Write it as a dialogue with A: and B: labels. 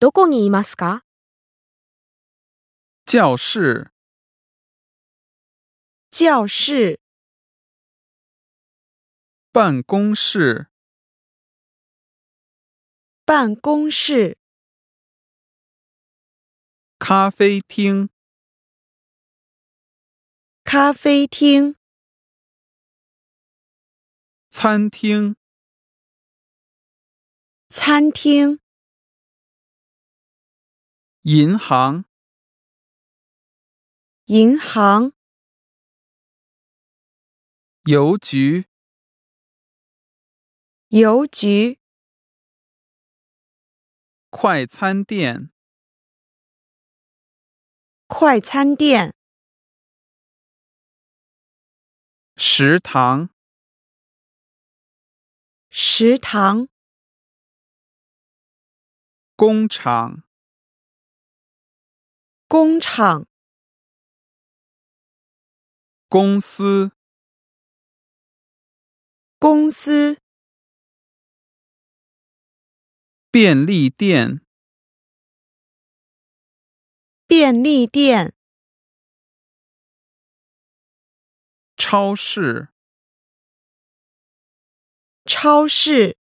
A: どこにいますか
B: 教室、
C: 教室、
B: 办公室、
C: 办公室、
B: 咖啡厅、
C: 咖啡厅、
B: 餐厅、
C: 餐厅、
B: 银行、
C: 银行、
B: 邮局、
C: 邮局、
B: 快餐店、
C: 快餐店、
B: 食堂、
C: 食堂、
B: 工厂、
C: 工厂、
B: 公司、
C: 公司、
B: 便利店、
C: 便利店、
B: 超市。
C: 超市。